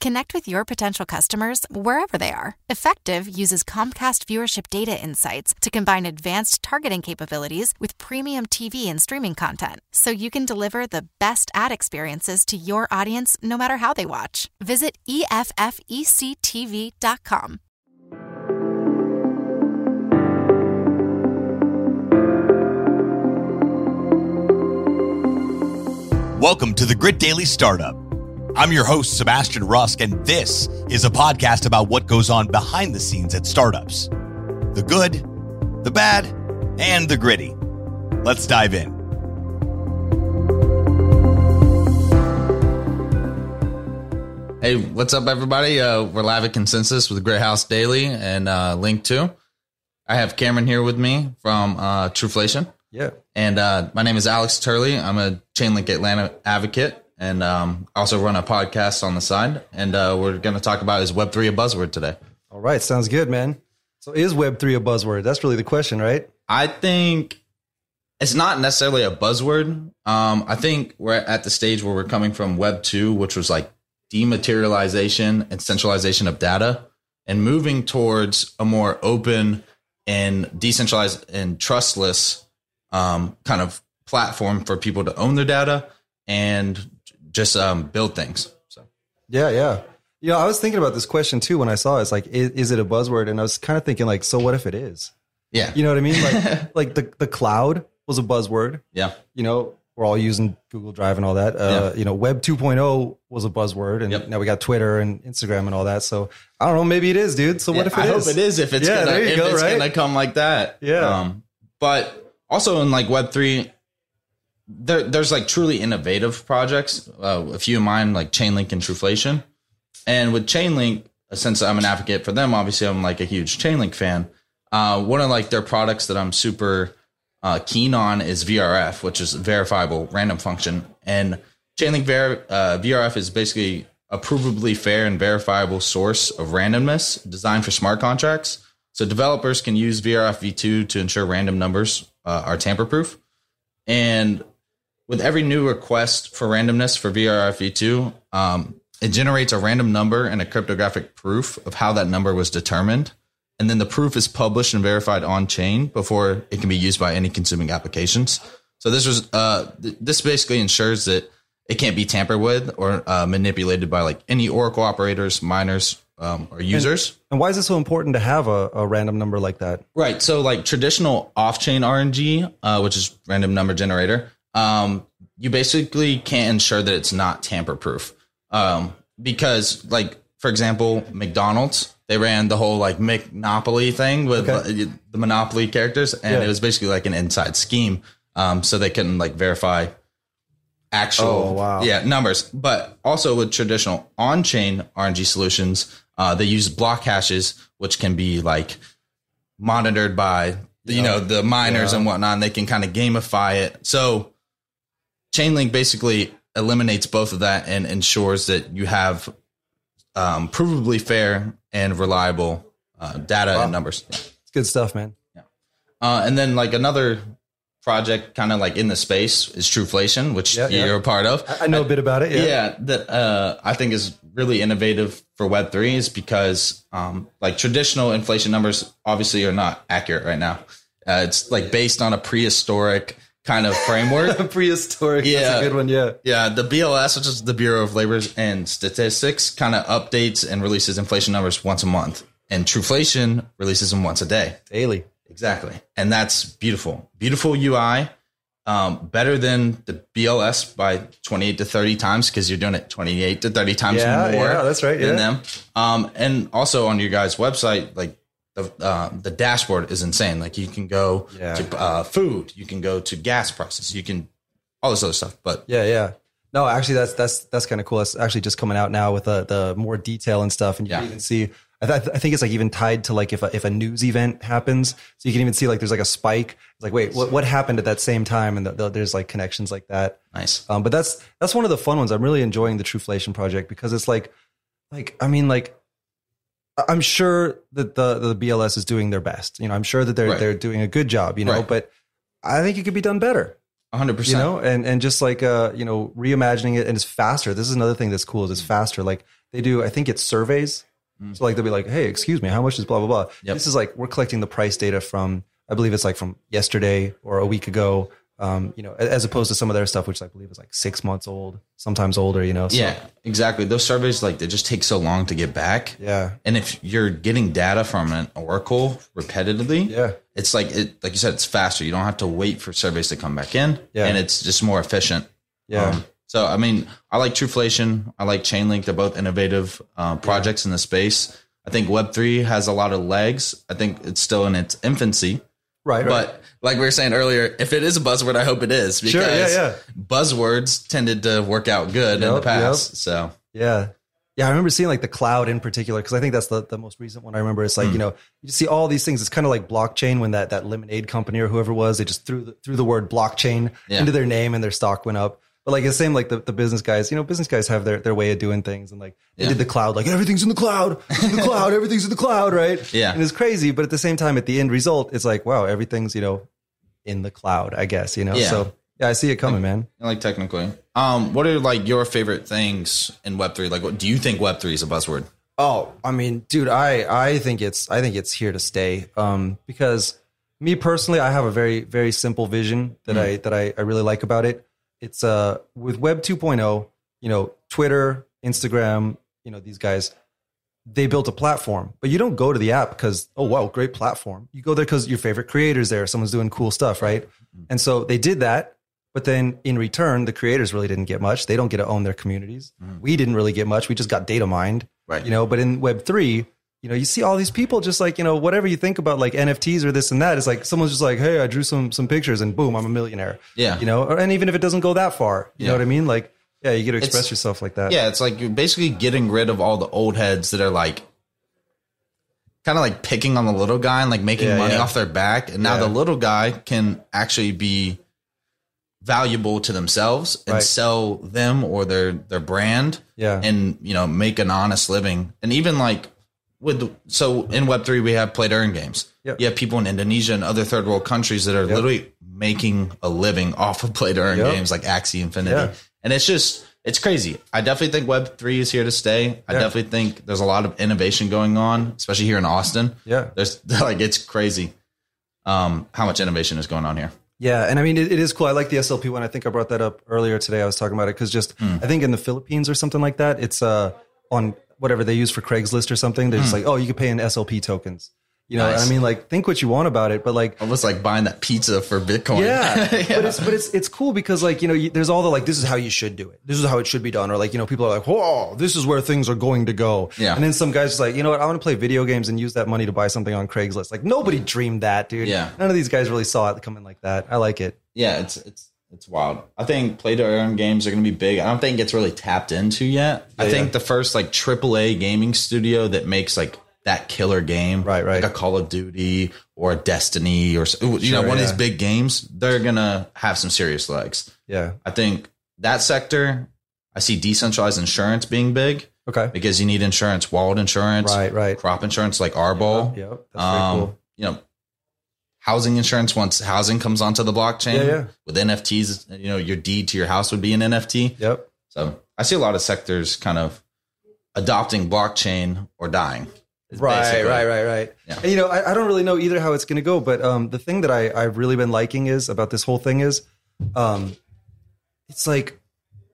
Connect with your potential customers wherever they are. Effective uses Comcast viewership data insights to combine advanced targeting capabilities with premium TV and streaming content so you can deliver the best ad experiences to your audience no matter how they watch. Visit E EFFECTV.com. Welcome to the Grit Daily Startup. I'm your host, Sebastian Rusk, and this is a podcast about what goes on behind the scenes at startups the good, the bad, and the gritty. Let's dive in. Hey, what's up, everybody? Uh, we're live at Consensus with Great House Daily and uh, Link 2. I have Cameron here with me from uh, Trueflation. Yeah. And uh, my name is Alex Turley. I'm a Chainlink Atlanta advocate and um, also run a podcast on the side. And uh, we're going to talk about is Web3 a buzzword today? All right. Sounds good, man. So is Web3 a buzzword? That's really the question, right? I think it's not necessarily a buzzword. Um, I think we're at the stage where we're coming from Web 2, which was like dematerialization and centralization of data, and moving towards a more open and decentralized and trustless um, kind of platform for people to own their data and just um, build things. So, Yeah, yeah. You know, I was thinking about this question too when I saw it. It's like, is, is it a buzzword? And I was kind of thinking, like, so what if it is? yeah. You know what I mean? Like, like the, the cloud was a buzzword. Yeah. You know, we're all using Google Drive and all that. Uh, You know, Web 2.0 was a buzzword. And Yep. now we got Twitter and Instagram and all that. So I don't know. Maybe it is, dude. So what Yeah, if it I is? hope it is if it's Yeah, gonna, there you if go, it's right? gonna come like that. Yeah. Um, but also in like Web three, there there's like truly innovative projects. Uh, a few of mine like Chainlink and Trueflation, and with Chainlink, since I'm an advocate for them, obviously I'm like a huge Chainlink fan. Uh, one of like their products that I'm super uh, keen on is VRF, which is verifiable random function. And Chainlink Ver- uh, VRF is basically a provably fair and verifiable source of randomness designed for smart contracts. So developers can use VRF v2 to ensure random numbers uh, are tamper proof. And with every new request for randomness for VRF v2, um, it generates a random number and a cryptographic proof of how that number was determined. And then the proof is published and verified on chain before it can be used by any consuming applications. So this was uh, th- this basically ensures that it can't be tampered with or uh, manipulated by like any Oracle operators, miners, um, or users. and why is it so important to have a, a random number like that? Right. So like traditional off-chain RNG, uh, which is random number generator, um, you basically can't ensure that it's not tamper-proof. Um, because like, for example, McDonald's, they ran the whole like McNopoly thing with uh, the Monopoly characters, and Yeah. it was basically like an inside scheme. Um, so they couldn't like verify actual Oh, wow. yeah numbers but also with traditional on-chain rng solutions uh, they use block hashes which can be like monitored by you know the miners and whatnot and they can kind of gamify it so chainlink basically eliminates both of that and ensures that you have um, provably fair and reliable uh, data and numbers It's good stuff, man. uh, and then like another project kind of like in the space is trueflation which Yeah, yeah. you're a part of I, I know a bit about it. yeah, that uh, I think is really innovative for Web three is because um, like traditional inflation numbers obviously are not accurate right now. Uh, it's like based on a prehistoric kind of framework. prehistoric. Yeah. That's a good one. Yeah. yeah, the BLS, which is the Bureau of Labor and Statistics, kind of updates and releases inflation numbers once a month, and Trueflation releases them once a day. Daily. Exactly. And that's beautiful. Beautiful UI. Um, better than the BLS by 28 to 30 times because you're doing it 28 to 30 times Yeah, more. yeah, that's right, Than yeah. them. Um, and also on your guys' website, like the, uh, the dashboard is insane. Like you can go Yeah. to uh, food, you can go to gas prices, you can all this other stuff. But Yeah, yeah. No, actually, that's that's that's kind of cool. That's actually just coming out now with the the more detail and stuff, and you Yeah. can even see. I, th- I think it's like even tied to like if a, if a news event happens, so you can even see like there's like a spike. It's like wait, what what happened at that same time? And the, the, there's like connections like that. nice. Um, but that's that's one of the fun ones. I'm really enjoying the Trueflation project because it's like, like I mean, like I- I'm sure that the the BLS is doing their best. You know, I'm sure that they're Right. they're doing a good job. You know, Right. but I think it could be done better. hundred you percent. know and and just like uh you know reimagining it and it's faster this is another thing that's cool is it's faster like they do i think it's surveys Mm. so like they'll be like hey excuse me how much is blah blah blah Yep. this is like we're collecting the price data from i believe it's like from yesterday or a week ago um you know a- as opposed to some of their stuff which i believe is like six months old sometimes older you know so, yeah, exactly. Those surveys like they just take so long to get back. yeah And if you're getting data from an oracle repetitively, yeah it's like it like you said, it's faster. You don't have to wait for surveys to come back in. Yeah. And it's just more efficient. yeah Um, so I mean, I like Trueflation. I like Chainlink. They're both innovative uh, projects in the space. I think Web three has a lot of legs. I think it's still in its infancy. right, right But like we were saying earlier, if it is a buzzword, I hope it is because Sure, yeah, yeah. buzzwords tended to work out good in the Yup, yup. past. So Yeah. Yeah, I remember seeing like the cloud in particular because I think that's the, the most recent one I remember. It's like Hmm. you know you see all these things. It's kind of like blockchain when that that lemonade company or whoever it was they just threw the, threw the word blockchain Yeah. into their name and their stock went up. But like the same like the, the business guys, you know, business guys have their, their way of doing things and like they Yeah. did the cloud, like everything's in the cloud, it's in the cloud, everything's in the cloud, right? Yeah. and it's crazy. But at the same time, at the end result, it's like wow, everything's you know in the cloud, I guess you know. Yeah. So yeah, I see it coming, man. I like technically, um, what are like your favorite things in Web three? Like, what do you think Web three is a buzzword? Oh, I mean, dude, I I think it's I think it's here to stay. Um, because me personally, I have a very very simple vision that I that I, I really like about it. It's uh with Web 2.0, you know, Twitter, Instagram, you know, these guys, they built a platform, but you don't go to the app because oh wow, great platform. You go there because your favorite creators there, someone's doing cool stuff, right? And so they did that, but then in return, the creators really didn't get much. They don't get to own their communities. We didn't really get much. We just got data mined Right. you know but in web 3 you know you see all these people just like you know whatever you think about like nfts or this and that it's like someone's just like hey i drew some some pictures and boom i'm a millionaire Yeah. you know or, and even if it doesn't go that far you know Yeah. what i mean like yeah you get to express It's- yourself like that Yeah, it's like you're basically getting rid of all the old heads that are like kind of like picking on the little guy and like making Yeah, money yeah. off their back. And now Yeah. the little guy can actually be valuable to themselves and Right. sell them or their their brand Yeah. and you know make an honest living. And even like with so in web three we have play to earn games. Yep. You have people in Indonesia and other third world countries that are literally making a living off of play to earn Yep. games like Axie Infinity. Yeah. And it's just, it's crazy. I definitely think Web3 is here to stay. I Yeah. definitely think there's a lot of innovation going on, especially here in Austin. yeah There's like, it's crazy um, how much innovation is going on here. Yeah, and I mean, it, it is cool. I like the SLP one. I think I brought that up earlier today. I was talking about it because just Hmm. I think in the Philippines or something like that, it's uh on whatever they use for Craigslist or something. They're just like, oh, you can pay in SLP tokens. You know, Hmm. Nice. I mean, like think what you want about it, but like Almost like buying that pizza for Bitcoin. Yeah, but it's but it's it's cool because like you know you, there's all the like this is how you should do it. This is how it should be done. Or like you know people are like whoa this is where things are going to go. Yeah. And then some guys just like you know what I want to play video games and use that money to buy something on Craigslist. Like nobody dreamed that, dude. Yeah. None of these guys really saw it coming like that. I like it. yeah, it's, it's, it's wild. I think play to earn games are going to be big. I don't think it's really tapped into yet. I Yeah, think yeah. the first like AAA gaming studio that makes like that killer game, Right, right. like a Call of Duty or a Destiny or s- you know Sure, one of these yeah. big games, they're going to have some serious legs. Yeah. I think that sector, I see decentralized insurance being big Okay. because you need insurance, wallet insurance, Right. Right. crop insurance like Arbol. Yep. That's um, very cool. You know, housing insurance once housing comes onto the blockchain Yeah, yeah. with NFTs, you know, your deed to your house would be an NFT. Yep. So I see a lot of sectors kind of adopting blockchain or dying. is Right, basically- right, right, right. Yeah. And you know, I, I don't really know either how it's going to go, but um, the thing that I, I've really been liking is about this whole thing is, um, it's like,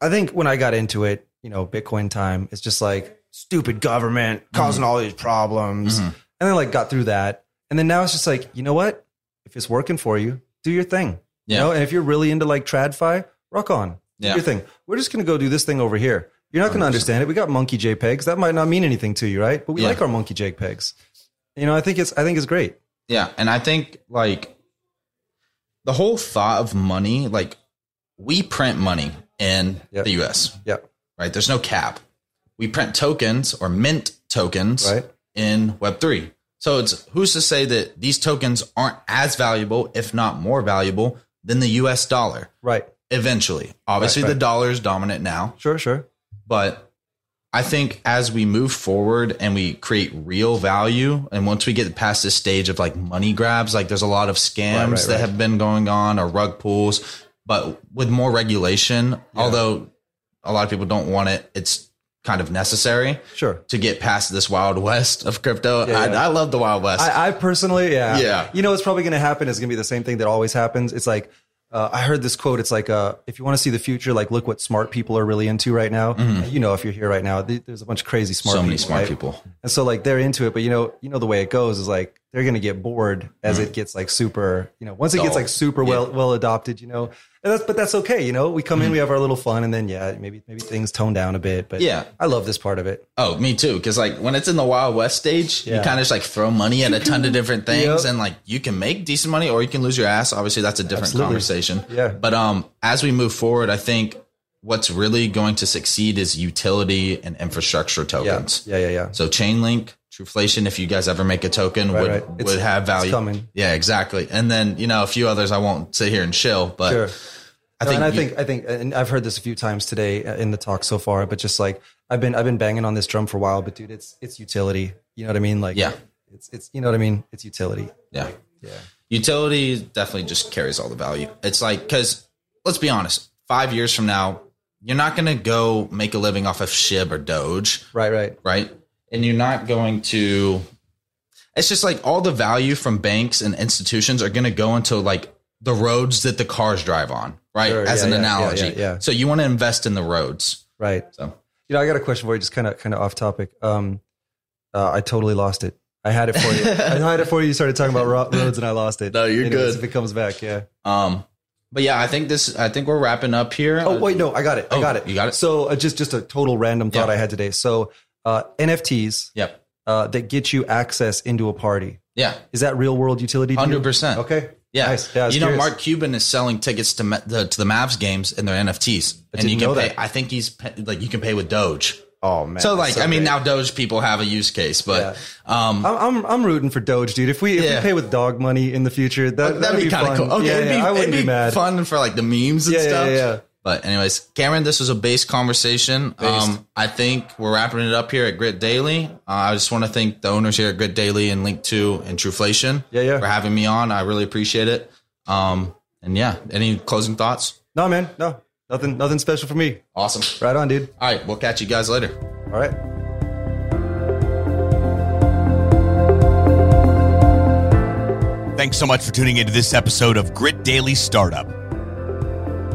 I think when I got into it, you know, Bitcoin time, it's just like stupid government Mm-hmm. causing all these problems, Mhm. and then like got through that, and then now it's just like, you know what? If it's working for you, do your thing. Yeah. You know, and if you're really into like tradfi, rock on. Do Yeah. your thing. We're just going to go do this thing over here. You're not going to understand it. We got monkey JPEGs. That might not mean anything to you, right? But we Yeah. like our monkey JPEGs. You know, I think it's I think it's great. Yeah, and I think like the whole thought of money, like we print money in Yep. the US, Yeah. right? There's no cap. We print tokens or mint tokens Right. in Web3. So it's who's to say that these tokens aren't as valuable, if not more valuable, than the US dollar Right. eventually. Obviously, right. the dollar is dominant now, Sure, sure. but I think as we move forward and we create real value, and once we get past this stage of like money grabs, like there's a lot of scams Right, right, that right. have been going on or rug pulls. but with more regulation, although a lot of people don't want it, it's kind of necessary Sure. to get past this wild west of crypto. Yeah, I, yeah. I love the wild west. I, I personally, yeah, Yeah. You know, what's probably going to happen is going to be the same thing that always happens. It's like uh, I heard this quote. It's like, uh, if you want to see the future, like look what smart people are really into right now. You know, if you're here right now, th- there's a bunch of crazy smart. Mm-hmm. so people, many smart right? people. and so like they're into it. But you know, you know the way it goes is like they're going to get bored as it gets like super. You know, once it gets Mm-hmm. Dull. like super well well adopted, you know, and that's but that's okay. You know, we Mm-hmm. come in, we have our little fun, and then yeah, maybe maybe things tone down a bit. But Yeah. I love this part of it. Oh, me too. Because like when it's in the Wild West stage, you Yeah. kind of just like throw money at a ton of different things, Yep. and like you can make decent money or you can lose your ass. Obviously, that's a different Absolutely. conversation. Yeah. But um, as we move forward, I think what's really going to succeed is utility and infrastructure Yeah, tokens. yeah, yeah, yeah. So Chainlink, Trueflation, if you guys ever make a token, Right, would right. would It's- have it's value. coming. Yeah, exactly. And then you know a few others. I won't sit here and chill, but Sure. I No, think and I you- think I think, and I've heard this a few times today uh, in the talk so far, but just like I've been I've been banging on this drum for a while, but dude, it's it's utility. You know what I mean? Like, Yeah. it's it's you know what I mean? It's utility. yeah. Yeah, utility definitely just carries all the value. It's like because let's be honest, five years from now, you're not going to go make a living off of Shib or Doge, right, right. right? And you're not going to. It's just like all the value from banks and institutions are going to go into like the roads that the cars drive on, right? Sure, As yeah, an yeah, yeah, analogy, yeah, yeah. So you want to invest in the roads, Right. so. You know, I got a question for you, just kind of kind of off topic. Um, uh, I totally lost it. I had it for you. I had it for you. You started talking about ro- roads, and I lost it. No, you're Anyways, good. If it comes back, yeah. Um, but yeah, I think this. I think we're wrapping up here. Oh wait, no, I got it. Oh, I got it. you got it? So uh, just just a total random thought Yeah. I had today. So uh, NFTs Yep. uh, that get you access into a party. Yeah. Is that real world utility? to you? Hundred percent. Okay. Yeah. Nice. Yeah, I was you know, curious. Mark Cuban is selling tickets to Ma- the, to the Mavs games and their NFTs, and didn't you can know pay. that. I think he's pa- like you can pay with Doge. Oh man. so like, I that's mean, great. now Doge people have a use case, but um, I'm, I'm I'm rooting for Doge, dude. If we if Yeah. we pay with dog money in the future, that that'd, be, kind of fun. cool. Okay, yeah, it'd be, yeah, I wouldn't it'd be, be, mad. fun for like the memes and Yeah, yeah, stuff. yeah. But anyways, Cameron, this was a base conversation. Um, I think we're wrapping it up here at Grit Daily. Uh, I just want to thank the owners here at Grit Daily and Link Two and Trueflation. Yeah, yeah. for having me on. I really appreciate it. Um, and yeah, any closing thoughts? No man, no nothing nothing special for me. Awesome. Right on, dude. All right, we'll catch you guys later. All right. Thanks so much for tuning into this episode of Grit Daily Startup. If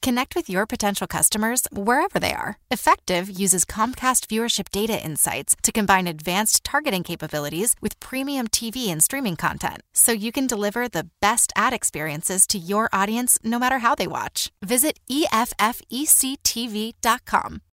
Connect with your potential customers wherever they are. Effective uses Comcast viewership data insights to combine advanced targeting capabilities with premium TV and streaming content so you can deliver the best ad experiences to E your audience no matter how they watch. Visit EFFECTV.com.